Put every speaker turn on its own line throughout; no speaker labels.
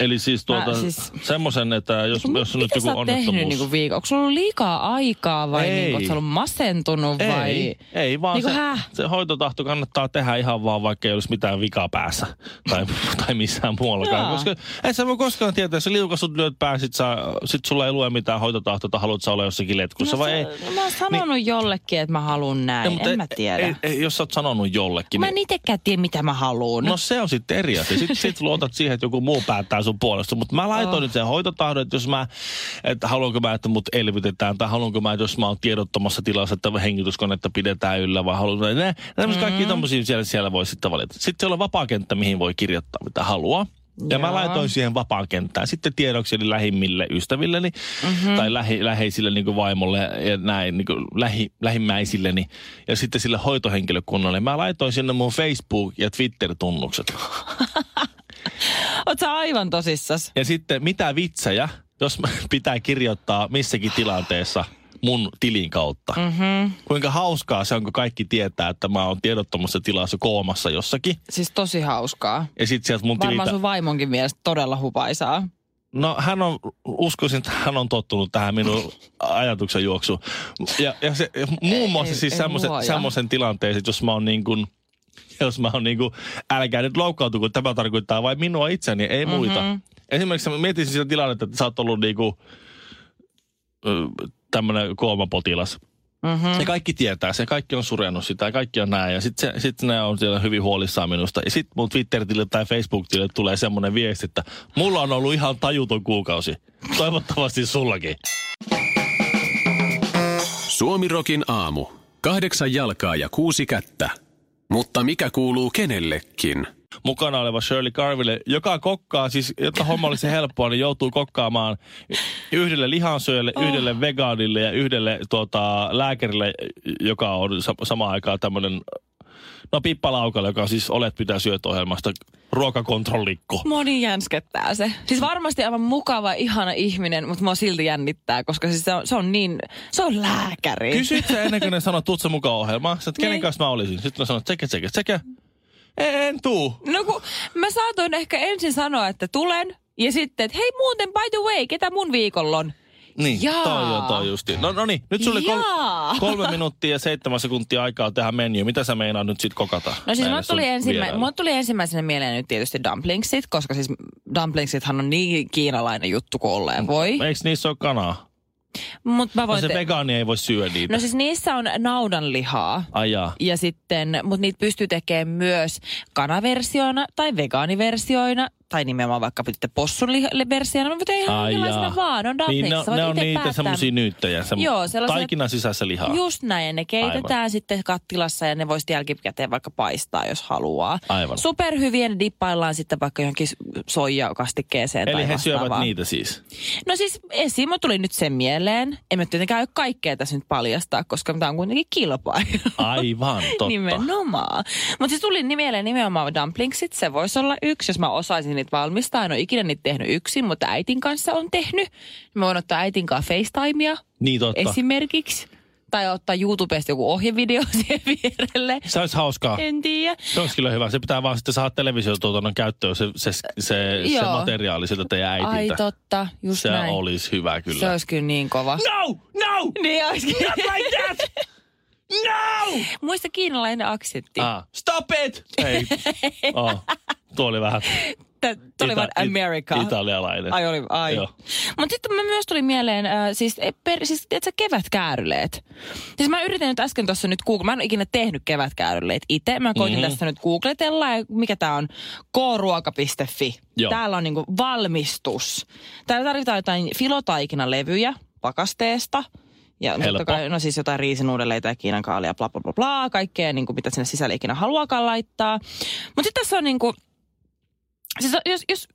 Eli siis, tuota,
Mä
siis...
siis-
semmoisen, että jos,
Mut
jos on nyt
mitä
joku
sä oot tehnyt
onnettomuus.
niinku viikon? Onko sulla ollut liikaa aikaa vai
Ei.
niinku, oot sä ollut masentunut
Ei,
vai?
ei vaan
Niinku
se,
häh?
se hoitotahto kannattaa tehdä ihan vaan, vaikka ei olisi mitään vikaa päässä tai, tai missään muuallakaan.
Jaa.
Koska et sä voi koskaan tietää, jos sä liukasut lyöt pään, sit, sä, sit sulla ei lue mitään hoitotahtota, haluat sä olla jossakin letkussa vai ei.
no mä oon sanonut niin, jollekin, että mä haluan näin. en
ei-
mä tiedä.
Ei, ei, jos sä oot sanonut jollekin.
mä
niin-
en itekään tiedä, mitä mä haluan.
No se on sitten eri asia. Sitten sit luotat siihen, että joku muu päättää sun puolesta. Mutta mä laitoin oh.
Oh.
nyt sen hoitotahdon, että jos mä, että haluanko mä, että mut elvytetään, tai haluanko mä, että jos mä oon tiedottomassa tilassa, että hengityskonetta pidetään yllä, vai haluanko, ne, ne mm. kaikki tommosia siellä, siellä voi sitten valita. Sitten siellä on vapaa kenttä, mihin voi kirjoittaa mitä haluaa. Ja mä
Joo.
laitoin siihen vapaan kenttään sitten tiedoksi eli lähimmille ystävilleni
Mhm.
mm-hmm. tai lähi, läheisille niin kuin vaimolle ja näin niin kuin lähi, lähimmäisilleni ja sitten sille hoitohenkilökunnalle. Mä laitoin sinne mun Facebook- ja Twitter-tunnukset.
Oot sä aivan tosissas?
Ja sitten mitä vitsejä, jos mä- pitää kirjoittaa missäkin tilanteessa mun tilin kautta.
Mm.
Mm-hmm. Kuinka hauskaa se on, kun kaikki tietää, että mä oon tiedottomassa tilassa koomassa jossakin.
Siis tosi hauskaa.
Ja sitten sieltä mun
Varmaan
tililtä...
sun vaimonkin mielestä todella hupaisaa.
No hän on, uskoisin, että hän on tottunut tähän minun ajatuksen juoksuun. Ja, ja se, ja muun muassa
ei-
siis
ei
semmoisen-
luoja.
semmoisen tilanteen, että jos mä oon niin kuin, jos mä oon niin kuin, älkää nyt loukkaantuko, tämä tarkoittaa vain minua itseni, ei muita.
Mhm.
Mm-hmm. Esimerkiksi mä mietin siis sitä tilannetta, että sä oot ollut niin kuin, tämmöinen koomapotilas. Mm-hmm. Ja kaikki tietää se, kaikki on surenut sitä ja kaikki on näin. Ja sitten sit ne on siellä hyvin huolissaan minusta. Ja sitten mun Twitter-tilille tai Facebook-tilille tulee semmoinen viesti, että mulla on ollut ihan tajuton kuukausi. Toivottavasti sullakin.
Suomirokin aamu. Kahdeksan jalkaa ja kuusi kättä. Mutta mikä kuuluu kenellekin?
Mukana oleva Shirley Carville, joka kokkaa, siis jotta homma olisi helppoa, niin joutuu kokkaamaan yhdelle lihansyöjälle, oh. yhdelle vegaanille ja yhdelle tuota, lääkärille, joka on sa- samaan aikaan tämmöinen No pippalaukalla, joka on siis olet pitää syötöohjelmasta ruokakontrollikko.
Moni jänskettää se. Siis varmasti aivan mukava, ihana ihminen, mutta mua silti jännittää, koska siis se, on, se on niin, se on lääkäri.
Kysyit sä ennen kuin ne sanoo, tuut sä mukaan ohjelmaan? Sä, että kenen
Niin.
kanssa mä olisin? Sitten mä sanon, sekä, sekä, sekä. En tuu.
No kun mä saatoin ehkä ensin sanoa, että tulen, ja sitten, että hei muuten, by the way, ketä mun viikolla on?
Niin,
Jaa.
toi on toi justi. No, no niin, nyt sulla oli kol-
Jaa.
kolme minuuttia ja seitsemän sekuntia aikaa tehdä menu. Mitä sä meinaa nyt sit kokata?
No siis
näille
mulle
sun
tuli, ensimmä,
vieraille?
mulle tuli ensimmäisenä mieleen nyt tietysti dumplingsit, koska siis dumplingsithan on niin kiinalainen juttu kuin olleen voi.
Eiks niissä ole kanaa?
Mutta mä
No
voin...
se
te-
vegaani ei voi syödä niitä.
no siis niissä on naudanlihaa.
Ajaa.
Ja sitten, mutta niitä pystyy tekemään myös kanaversioina tai vegaaniversioina tai nimenomaan vaikka sitten possun liha- li- versiona, mutta ihan
Ai
minkälaisena
jaa.
vaan. On
Niin,
dumplings, niin,
ne, ne on niitä semmosia nyyttäjä, semmo-
Joo, sellaisia-
taikinan sisässä lihaa.
Just näin, ja ne keitetään
Aivan.
Aivan. sitten kattilassa ja ne voisi jälkikäteen vaikka paistaa, jos haluaa.
Aivan.
Superhyvien dippaillaan sitten vaikka johonkin s- soijakastikkeeseen tai
Eli he syövät
vastaavaan.
niitä siis.
No siis esim. mulla tuli nyt sen mieleen. En mä tietenkään ole kaikkea tässä nyt paljastaa, koska tämä on kuitenkin kilpailu.
Aivan, Ah, totta.
Nimenomaan. Mutta siis tuli ni- mieleen nimenomaan dumplingsit. Se voisi olla yksi, jos mä osaisin niitä valmistaa. En ole ikinä niitä tehnyt yksin, mutta äitin kanssa on tehnyt. Mä voin ottaa äitin kanssa FaceTimea
Niin totta.
esimerkiksi. Tai ottaa YouTubesta joku ohjevideo siihen vierelle.
Se olisi hauskaa.
En tiedä.
Se olisi kyllä hyvä. Se pitää vaan sitten saada televisiotuotannon käyttöön se, se, se, se
Joo.
materiaali sieltä teidän
Ai
äitiltä.
totta, just
se
näin.
olisi hyvä kyllä.
Se olisi kyllä niin kova.
No! No!
Niin olisikin.
Not like that! No!
Muista kiinalainen aksentti. Ah.
Ah, stop it! Ei. Oh, tuo oli vähän
Tuli
ita-
vaan
it-
America.
italialainen.
Ai oli, ai.
Joo.
Mutta sitten mä myös tuli mieleen, äh, siis, eh, per, siis tiedätkö, kevätkääryleet. Siis mä yritin nyt äsken tuossa nyt Google, mä en ole ikinä tehnyt kevätkääryleet itse. Mä koitin
Mhm.
mm-hmm. tässä nyt googletella, ja mikä tää on, kruoka.fi.
Joo.
Täällä on niinku valmistus. Täällä tarvitaan jotain filotaikinalevyjä pakasteesta. Ja
Helppo.
totta kai, no siis jotain riisinuudeleita ja kiinankaalia, bla bla bla niinku, niinku bla, kaikkea, niin kuin mitä sinne sisälle ikinä haluakaan laittaa. Mutta sitten tässä on niin kuin, Siis, jos, jos,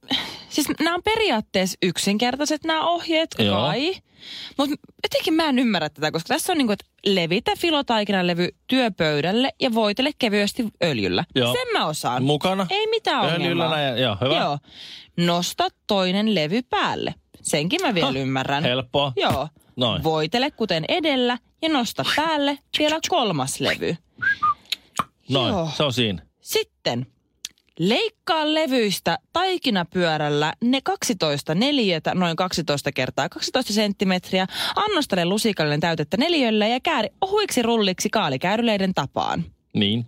siis nämä on periaatteessa yksinkertaiset nämä ohjeet
Joo.
kai. Mutta jotenkin mä en ymmärrä tätä, koska tässä on niin kuin, että levitä filotaikinalevy työpöydälle ja voitele kevyesti öljyllä.
Joo.
Sen mä osaan.
Mukana.
Ei mitään
Öljyllä
ongelmaa.
näin, joo, hyvä.
Joo. Nosta toinen levy päälle. Senkin mä vielä ymmärrän.
Helppoa.
Joo.
Noin.
Voitele kuten edellä ja nosta päälle vielä kolmas levy.
Noin,
Joo.
se on siinä.
Sitten leikkaa levyistä taikinapyörällä ne 12 neliötä, noin 12 kertaa 12 senttimetriä, annostele lusikallinen täytettä neliölle ja kääri ohuiksi rulliksi kaalikäyryleiden tapaan.
Niin.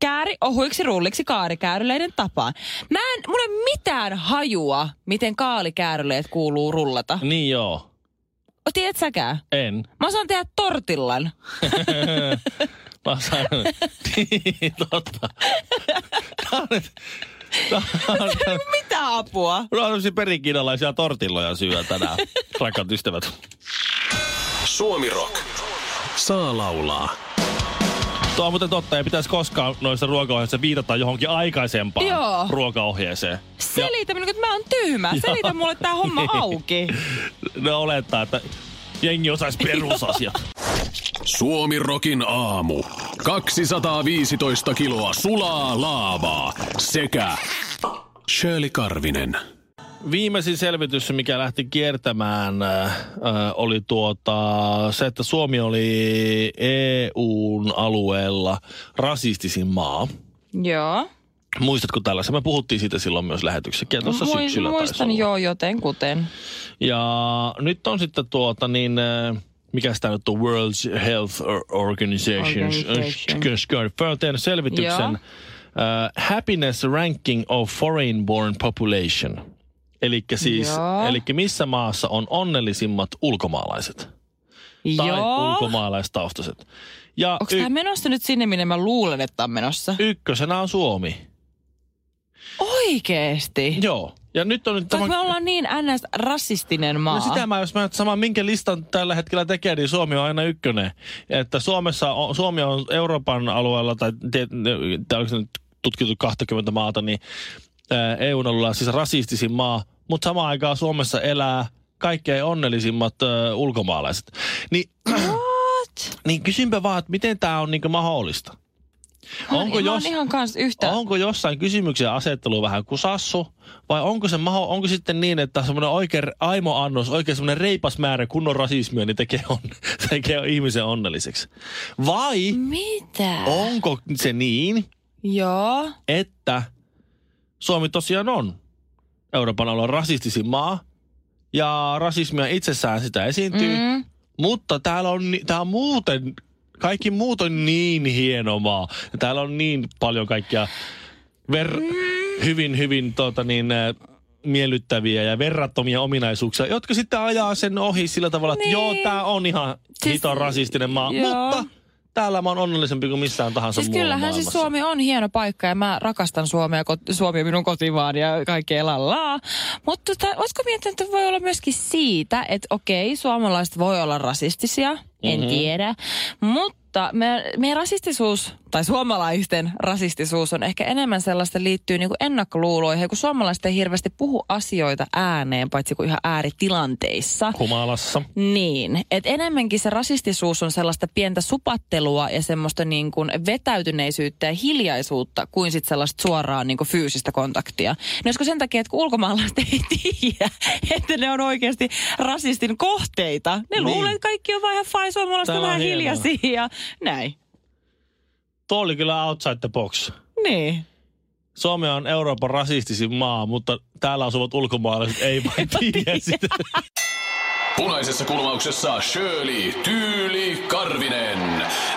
Kääri ohuiksi rulliksi kaarikäyryleiden tapaan. Mä en, mulla ei ole mitään hajua, miten kaalikäyryleet kuuluu rullata.
Niin joo.
O, Tiedät säkään?
En.
Mä osaan tehdä tortillan.
Mä sain. niin, totta. Tää on nyt- tää on-
Mitä apua?
Mulla on tämmöisiä perikiinalaisia tortilloja syödä tänään, rakkaat ystävät.
Suomi Rock. Saa laulaa.
Tuo on muuten totta, ei pitäisi koskaan noissa ruokaohjeissa viitata johonkin aikaisempaan
Joo.
ruokaohjeeseen.
Selitä minulle, että mä oon tyhmä. Selitä mulle tää homma auki.
Ne olettaa, että jengi osaisi perusasiat.
Suomi Rokin aamu. 215 kiloa sulaa laavaa sekä Shirley Karvinen.
Viimeisin selvitys, mikä lähti kiertämään, äh, äh, oli tuota, se, että Suomi oli EUn alueella rasistisin maa.
Joo.
Muistatko tällaisen? Me puhuttiin siitä silloin myös lähetyksessä. Tuossa
Mui-
No syksyllä taisi
Muistan
olla.
joo joten kuten.
Ja nyt on sitten tuota niin, äh, mikä tämä nyt on, World Health Or- Organization,
Organization.
Organization. on tehnyt selvityksen
Joo.
äh, Happiness Ranking of Foreign Born Population. Eli siis,
Joo.
elikkä missä maassa on onnellisimmat ulkomaalaiset tai
joo.
ulkomaalaistaustaiset. Ja
Onko
y-
tämä menossa nyt sinne, minne mä luulen, että tää on menossa?
ykkösenä on Suomi.
Oikeesti?
Joo. Ja nyt on nyt
Vaikka me ollaan niin ns. rasistinen maa.
No sitä mä, jos mä nyt saman minkä listan tällä hetkellä tekee, niin Suomi on aina ykkönen. Että Suomessa on, Suomi on Euroopan alueella, tai tie- tai oliko se nyt tutkittu 20 maata, niin ää, EUn alueella on siis rasistisin maa, mutta samaan aikaan Suomessa elää kaikkein onnellisimmat ö, ulkomaalaiset. Niin,
What?
niin kysynpä vaan, että miten tämä on niinku mahdollista? Onko,
mä
jos,
oon ihan kans yhtä...
onko jossain kysymyksen asettelu vähän kusassu? Vai onko se maho, onko sitten niin, että semmoinen oikein aimoannos, oikein semmoinen reipas määrä kunnon rasismia, niin tekee, on, tekee ihmisen onnelliseksi? Vai
Mm. Mitä?
onko se niin,
Joo.
että Suomi tosiaan on Euroopan alueen rasistisin maa, ja rasismia itsessään sitä esiintyy,
Mm.
mutta täällä on, ni- tää on muuten, kaikki muut on niin hieno maa. Ja täällä on niin paljon kaikkia ver-
Mm-hmm.
hyvin, hyvin tota niin, ä, miellyttäviä ja verrattomia ominaisuuksia, jotka sitten ajaa sen ohi sillä tavalla, että
Niin.
joo, tää on ihan
Siis-
siis, hito rasistinen maa,
joo.
mutta täällä mä oon onnellisempi kuin missään tahansa
Siis
muualla
kyllähän siis
maailmassa.
Suomi on hieno paikka ja mä rakastan Suomea, kot- Suomi on minun kotimaan ja kaikki elallaa. Mutta tota, olisiko miettinyt, että voi olla myöskin siitä, että okei, suomalaiset voi olla rasistisia, en
Mhm.
mm-hmm. tiedä. Mutta me, meidän rasistisuus, tai suomalaisten rasistisuus on ehkä enemmän sellaista liittyy niin kuin ennakkoluuloihin, kun suomalaiset ei hirveästi puhu asioita ääneen, paitsi kuin ihan ääritilanteissa.
Humalassa.
Niin, että enemmänkin se rasistisuus on sellaista pientä supattelua ja semmoista niin kuin vetäytyneisyyttä ja hiljaisuutta kuin sit sellaista suoraa niin kuin fyysistä kontaktia. No olisiko sen takia, että kun ulkomaalaiset ei tiedä, että ne on oikeasti rasistin kohteita. Ne niin.
Niin.
luulee, että kaikki on vaan ihan fine, suomalaiset on
Täällä on
vähän
hienoa.
hiljaisia ja näin.
Tuo oli kyllä outside the box.
Niin.
Suomi on Euroopan rasistisin maa, mutta täällä asuvat ulkomaalaiset ei vain tiedä sitä.
Punaisessa kulmauksessa Shirley Tyyli Karvinen.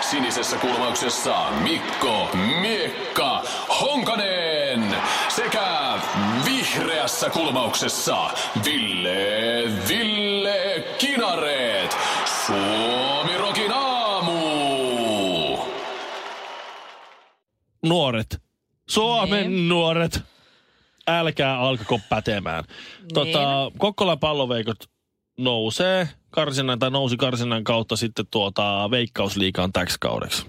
Sinisessä kulmauksessa Mikko Miekka Honkanen. Sekä vihreässä kulmauksessa Ville Ville Kinareet. Suomi Rokin aamu.
nuoret, Suomen
Niin.
niin. nuoret, älkää alkako pätemään. Tota, Kokkolan palloveikot nousee karsinnan tai nousi karsinnan kautta sitten tuota veikkausliikaan täksi kaudeksi.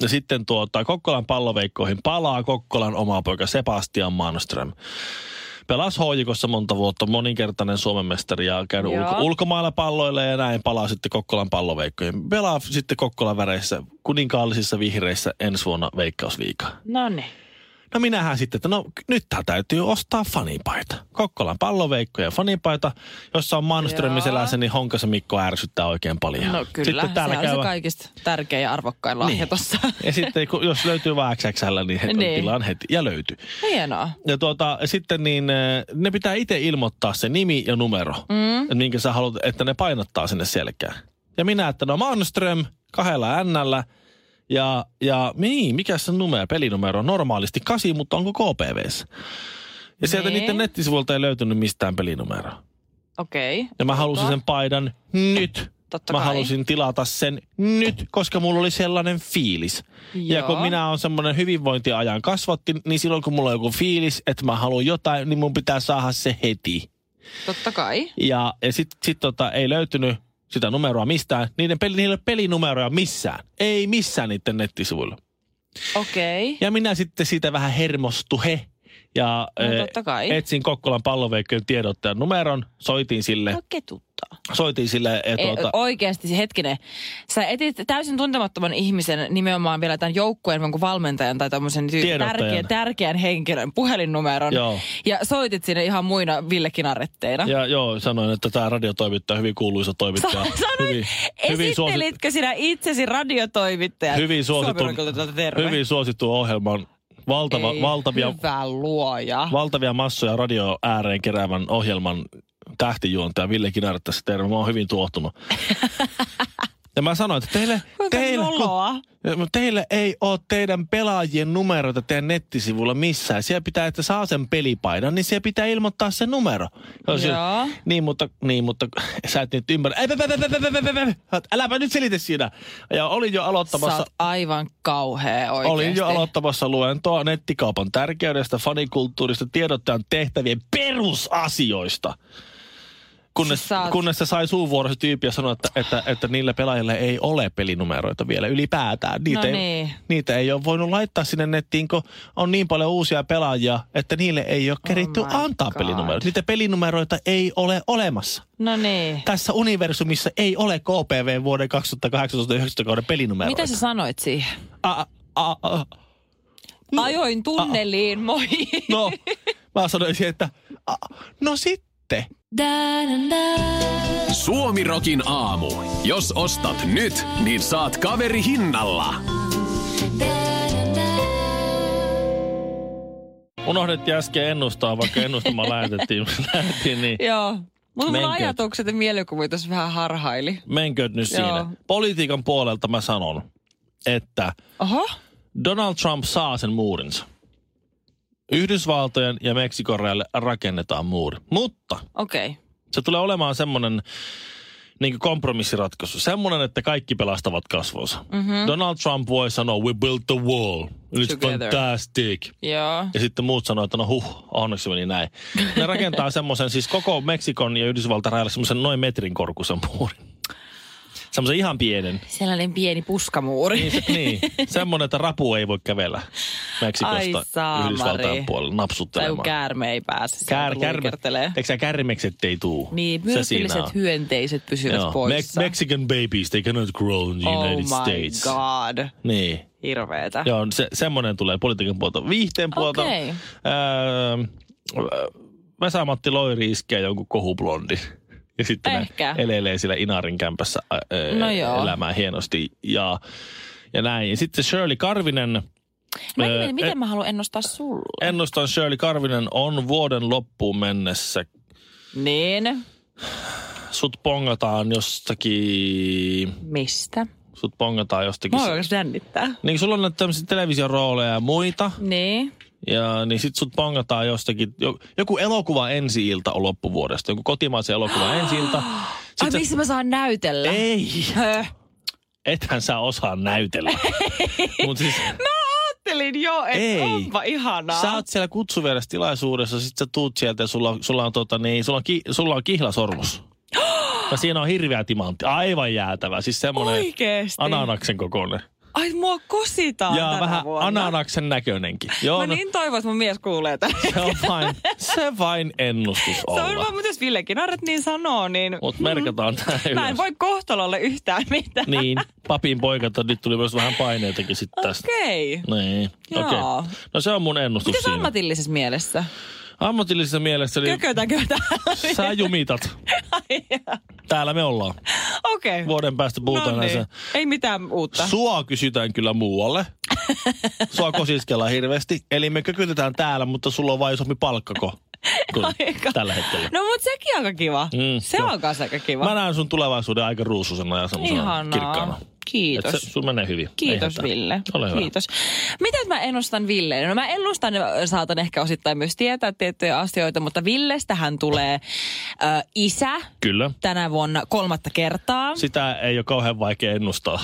Ja sitten tuota, Kokkolan palloveikkoihin palaa Kokkolan oma poika Sebastian Manström. Pelas hoijikossa monta vuotta, moninkertainen Suomen mestari ja käynyt
Joo.
ulko- ulkomailla palloilla ja näin palaa sitten Kokkolan palloveikkoihin. Pelaa sitten Kokkolan väreissä, kuninkaallisissa vihreissä ensi vuonna veikkausliikaa.
No niin.
No minähän sitten, että no nyt täytyy ostaa fanipaita. Kokkolan palloveikkojen fanipaita, jossa on Manströmin
Joo.
selässä, niin Honkasen Mikko ärsyttää oikein paljon.
No kyllä,
sitten
Sitten
täällä
sehän
käy...
on se kaikista tärkein ja arvokkain lahja
Niin.
niin. tossa.
Ja sitten kun, jos löytyy vaan XXL, niin, heti,
Niin.
tilaan heti. Ja löytyy.
Hienoa.
Ja tuota, sitten niin, eh, ne pitää itse ilmoittaa se nimi ja numero, mm. että minkä sä haluat, että ne painottaa sinne selkään. Ja minä, että no Manström kahdella n ja, ja niin, mikä se numero, pelinumero on normaalisti kasi, mutta onko KPVssä? Ja sieltä
Niin.
niiden nettisivuilta ei löytynyt mistään pelinumeroa.
Okei. Tota? Okay.
Ja mä halusin sen paidan nyt.
Totta
mä
kai.
halusin tilata sen nyt, koska mulla oli sellainen fiilis. Ja kun
Joo.
minä olen semmoinen hyvinvointiajan kasvatti, niin silloin kun mulla on joku fiilis, että mä haluan jotain, niin mun pitää saada se heti.
Totta kai.
Ja, ja sitten sit tota, ei löytynyt sitä numeroa mistään. Niiden peli, niillä ei ole pelinumeroja missään. Ei missään niiden nettisivuilla.
Okei. Okay.
Ja minä sitten siitä vähän hermostu he. Ja
No,
eh,
totta kai.
etsin Kokkolan palloveikkojen tiedottajan numeron, soitin sille,
No ketuttaa.
soitin sille, eh,
Tuota...
tuota,
Oikeasti, hetkinen. Sä etit täysin tuntemattoman ihmisen nimenomaan vielä tämän joukkueen jonkun valmentajan tai tämmöisen ty-
Tiedottajan.
tärkeän, tärkeän henkilön puhelinnumeron.
Joo.
Ja soitit sinne ihan muina Ville Kinaretteina.
ja joo, sanoin, että tämä radiotoimittaja, hyvin kuuluisa toimittaja.
Sanoit,
suosittu-
esittelitkö sinä itsesi radiotoimittajan?
hyvin suosittu,
Suomen Rockilta, terve.
hyvin suosittu ohjelman valtava,
Ei,
valtavia,
Hyvä luoja.
valtavia massoja radio ääreen keräävän ohjelman tähtijuontaja Ville Kinaret tässä terve. Mä oon hyvin tuohtunut. ja mä sanoin, että teille,
Kuinka
teille,
noloa.
kun, teille ei ole teidän pelaajien numeroita teidän nettisivulla missään. Siellä pitää, että saa sen pelipaidan, niin siellä pitää ilmoittaa se numero. Ja se-
Joo.
Niin, mutta, niin, mutta sä et nyt ymmärrä. Ei, pä, pä, pä, pä, pä, pä, pä, pä. Äläpä nyt selitä siinä. Ja olin jo
Sä
aloittamassa
oot aivan kauhea oikeesti.
Olin jo aloittamassa luentoa nettikaupan tärkeydestä, fanikulttuurista, tiedottajan tehtävien perusasioista. Kunnes,
Siis sä oot-
kunnes se sai suunvuorossa tyyppi ja sanoi, että, että, että niillä pelaajilla ei ole pelinumeroita vielä ylipäätään. Niitä,
No
ei,
niin.
niitä ei ole voinut laittaa sinne nettiin, kun on niin paljon uusia pelaajia, että niille ei ole keritty
Oh my
antaa
God.
pelinumeroita. Niitä pelinumeroita ei ole olemassa.
No niin.
Tässä universumissa ei ole KPV vuoden 2018-2019 kauden pelinumeroita.
Mitä sä sanoit siihen?
a, a, a,
Ajoin tunneliin, moi.
No, mä sanoisin, että a, no sitten.
Suomirokin aamu. Jos ostat nyt, niin saat kaveri hinnalla.
Unohdettiin äsken ennustaa, vaikka ennustamaan lähetettiin. lähetettiin niin.
Joo. Mutta mun
Menkööt.
ajatukset ja mielikuvitus vähän harhaili.
Menkö nyt siinä?
Joo.
Politiikan puolelta mä sanon, että
Oho.
Donald Trump saa sen muurinsa. Yhdysvaltojen ja Meksikon rajalle rakennetaan muuri. Mutta
Okei. Okay.
se tulee olemaan semmoinen niin kompromissiratkaisu. Semmoinen, että kaikki pelastavat kasvonsa. Mm-hmm. Donald Trump voi sanoa, we built the wall. It's
Mhm. Together.
fantastic.
Joo.
Ja sitten muut sanoo, että no huh, onneksi meni näin. Ne rakentaa semmoisen, siis koko Meksikon ja Yhdysvaltain rajalle semmoisen noin metrin korkuisen muurin. Semmoisen ihan pienen.
Sellainen pieni puskamuuri.
Niin, se, niin. semmoinen, että rapu ei voi kävellä Meksikosta
Ai saamari.
Yhdysvaltain puolelle
Tai
napsuttelemaan.
kun käärme ei pääse.
Kär,
sieltä
kärme,
luikertelee.
eikö sä kärmekset ei tuu?
Niin,
Se siinä on.
myrkylliset hyönteiset pysyvät
Joo.
poissa.
Me- Mexican babies, they cannot grow in the
oh
United
my
States.
god.
Niin.
Hirveetä.
Joo, se, semmoinen tulee politiikan puolta. Viihteen puolta.
Okei.
Öö, Vesa-Matti Loiri iskee jonkun kohublondin. Ja sitten
Ehkä.
ne elelee siellä Inarin kämpässä ä, ö,
No joo.
elämää hienosti ja, ja näin. Ja sitten Shirley Karvinen,
Mä
Öö,
en tiedä,
en-
miten mä haluan ennustaa sulle.
ennustan Shirley Karvinen on vuoden loppuun mennessä.
Niin.
Sut pongataan jostakin,
Mistä?
sut pongataan jostakin.
Mä oikeasti jännittää.
Niin sulla on näitä tämmöisiä televisorooleja ja muita.
Niin.
Ja niin sit sut pangataan jostakin, jo- joku elokuva ensi ilta on loppuvuodesta, joku kotimaisen elokuva ensi ilta.
Ai
sä-
missä mä saan näytellä?
Ei,
Höh.
ethän sä osaa näytellä. Mut siis,
Ajattelin jo, että
Ei.
onpa ihanaa.
sä oot siellä kutsuvierastilaisuudessa, sit sä tuut sieltä ja sulla, sulla, on, tota, niin, sulla, on, ki, sulla on kihlasormus. Ja siinä on hirveä timantti, aivan jäätävä, siis semmonen
Oikeesti.
ananaksen kokoinen.
Ai mua kositaan
ja
tänä
vähän
vuonna.
ananaksen näköinenkin. Joo,
Mä
no,
niin toivon, että mun mies kuulee tämän.
se on vain, se vain ennustus
Se on
olla.
vaan, mutta jos Ville Kinaret niin sanoo, niin mm,
Mutta merkataan tämä
mä en
ylös.
voi kohtalolle yhtään mitään.
Niin, papin poikata, nyt tuli myös vähän paineitakin sitten tästä.
Okei. Okay.
Niin,
Joo.
okei. Okay. No se on mun ennustus
Mitäs
siinä.
ammatillisessa mielessä?
Ammatillisessa mielessä, niin
Kökötäkö
sä jumitat. Täällä me ollaan.
Okei.
Vuoden päästä puhutaan
No niin.
näissä.
Ei mitään uutta.
Sua kysytään kyllä muualle. Sua kosiskellaan hirveästi. Eli me kökytetään täällä, mutta sulla on vain isompi palkkako kuin
Aika.
tällä hetkellä.
No mut sekin aika kiva.
Mm,
Mm, se
joo.
on kanssa aika kiva.
Mä näen sun tulevaisuuden aika ruususena ja semmoisena
Ihanaa.
kirkkaana.
Kiitos.
Et se, sun menee hyvin. Ei
Kiitos
hätää.
Ville.
Ole hyvä.
Kiitos. Miten mä ennustan Ville? No mä ennustan, ö, saatan ehkä osittain myös tietää tiettyjä asioita, mutta Villestähän tulee ö, isä
Kyllä.
tänä vuonna kolmatta kertaa.
Sitä ei ole kauhean vaikea ennustaa.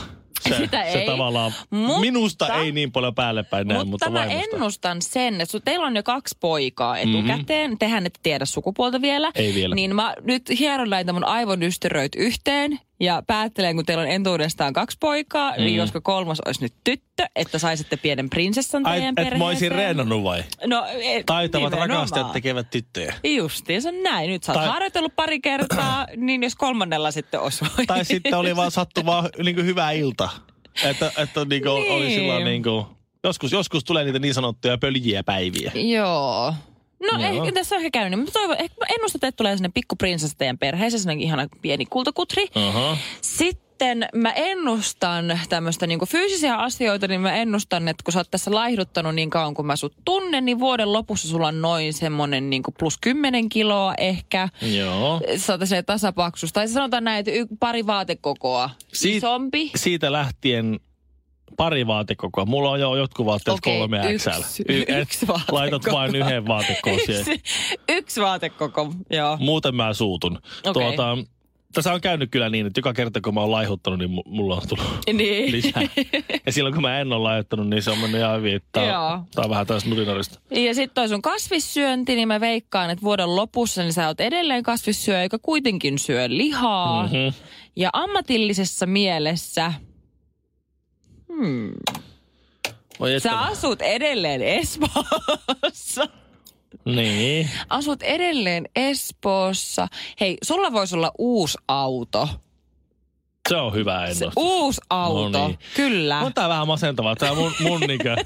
Se,
Sitä
se
ei.
tavallaan,
Mutta-
minusta ei niin paljon päälle päin näin, mutta,
mutta mä
vaimosta.
ennustan sen, että sun, teillä on jo kaksi poikaa etukäteen. Mm-hmm. Tehän ette tiedä sukupuolta vielä.
Ei vielä.
Niin mä nyt hieron näitä mun aivonystyröit yhteen ja päättelen, kun teillä on entuudestaan kaksi poikaa, mm-hmm.
Mm.
niin josko kolmas olisi nyt tyttö, että saisitte pienen prinsessan
Ai,
teidän
et mä oisin
perheeseen.
reenannut vai?
No, e,
Taitavat
nimenomaan.
rakastajat tekevät tyttöjä.
Justiinsa näin. Nyt sä oot
Tai-
harjoitellut pari kertaa, niin jos kolmannella sitten osui.
Tai sitten oli vaan sattu vaan niin hyvä ilta. Että, että niin kuin niin. oli
Niin.
sillä niin kuin, joskus, joskus tulee niitä niin sanottuja pöljiä päiviä.
Joo. No
Joo.
ehkä tässä on ehkä käynyt, mutta toivon, ehkä mä ennustan, että tulee sinne pikku prinsessa teidän perheeseen, sinne ihana pieni kultakutri.
Aha.
Sitten mä ennustan tämmöistä niinku fyysisiä asioita, niin mä ennustan, että kun sä oot tässä laihduttanut niin kauan kuin mä sut tunnen, niin vuoden lopussa sulla on noin semmonen niinku plus 10 kiloa ehkä.
Joo.
Sä oot se tasapaksusta. Tai sanotaan näin, että y- pari vaatekokoa
Siit-
isompi.
Siitä lähtien pari vaatekokoa. Mulla on jo jotkut vaatteet
Okei,
kolme
yksi-
XL.
yksi vaatekoko.
Laitat vain yhden vaatekkoon siihen.
Yksi, yksi vaatekoko, joo.
Muuten mä suutun.
Okei.
Tuota, tässä on käynyt kyllä niin, että joka kerta kun mä oon laihuttanut, niin mu- mulla on tullut
Niin.
lisää. ja silloin kun mä en ole laihuttanut, niin se on mennyt ihan hyvin. että Tää,
Joo.
on- tää on vähän taas nurinarista.
Ja sitten toi sun kasvissyönti, niin mä veikkaan, että vuoden lopussa niin sä oot edelleen kasvissyöjä, joka kuitenkin syö lihaa. Mm-hmm.
Mm-hmm.
Ja ammatillisessa mielessä sä asut edelleen Espoossa.
Niin.
Asut edelleen Espoossa. Hei, sulla voisi olla uusi auto.
Se on hyvä
Se,
ennustus.
uusi auto,
No niin.
kyllä.
On tää vähän masentavaa. Tää mun, mun niinkö...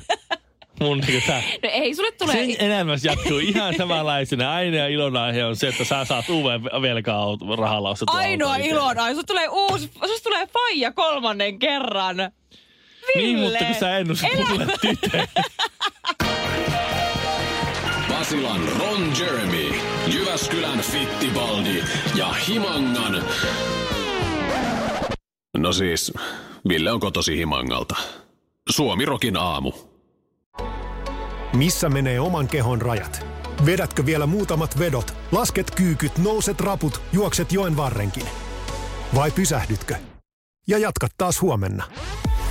Mun niinkö tää.
No ei, sulle tulee...
Sen elämässä jatkuu ihan samanlaisena. Aina ilonaihe on se, että sä saat uuden velkaa auto- rahalla ostettua
Ainoa
auton
ilo on, ai, susta tulee uusi, susta tulee faija kolmannen kerran. Ville.
Niin, mutta kun sä ennustit mulle tytön.
Basilan Ron Jeremy, Jyväskylän Fittibaldi ja Himangan... No siis, Ville on kotosi Himangalta. Suomirokin aamu.
Missä menee oman kehon rajat? Vedätkö vielä muutamat vedot, lasket kyykyt, nouset raput, juokset joen varrenkin? Vai pysähdytkö? Ja jatka taas huomenna.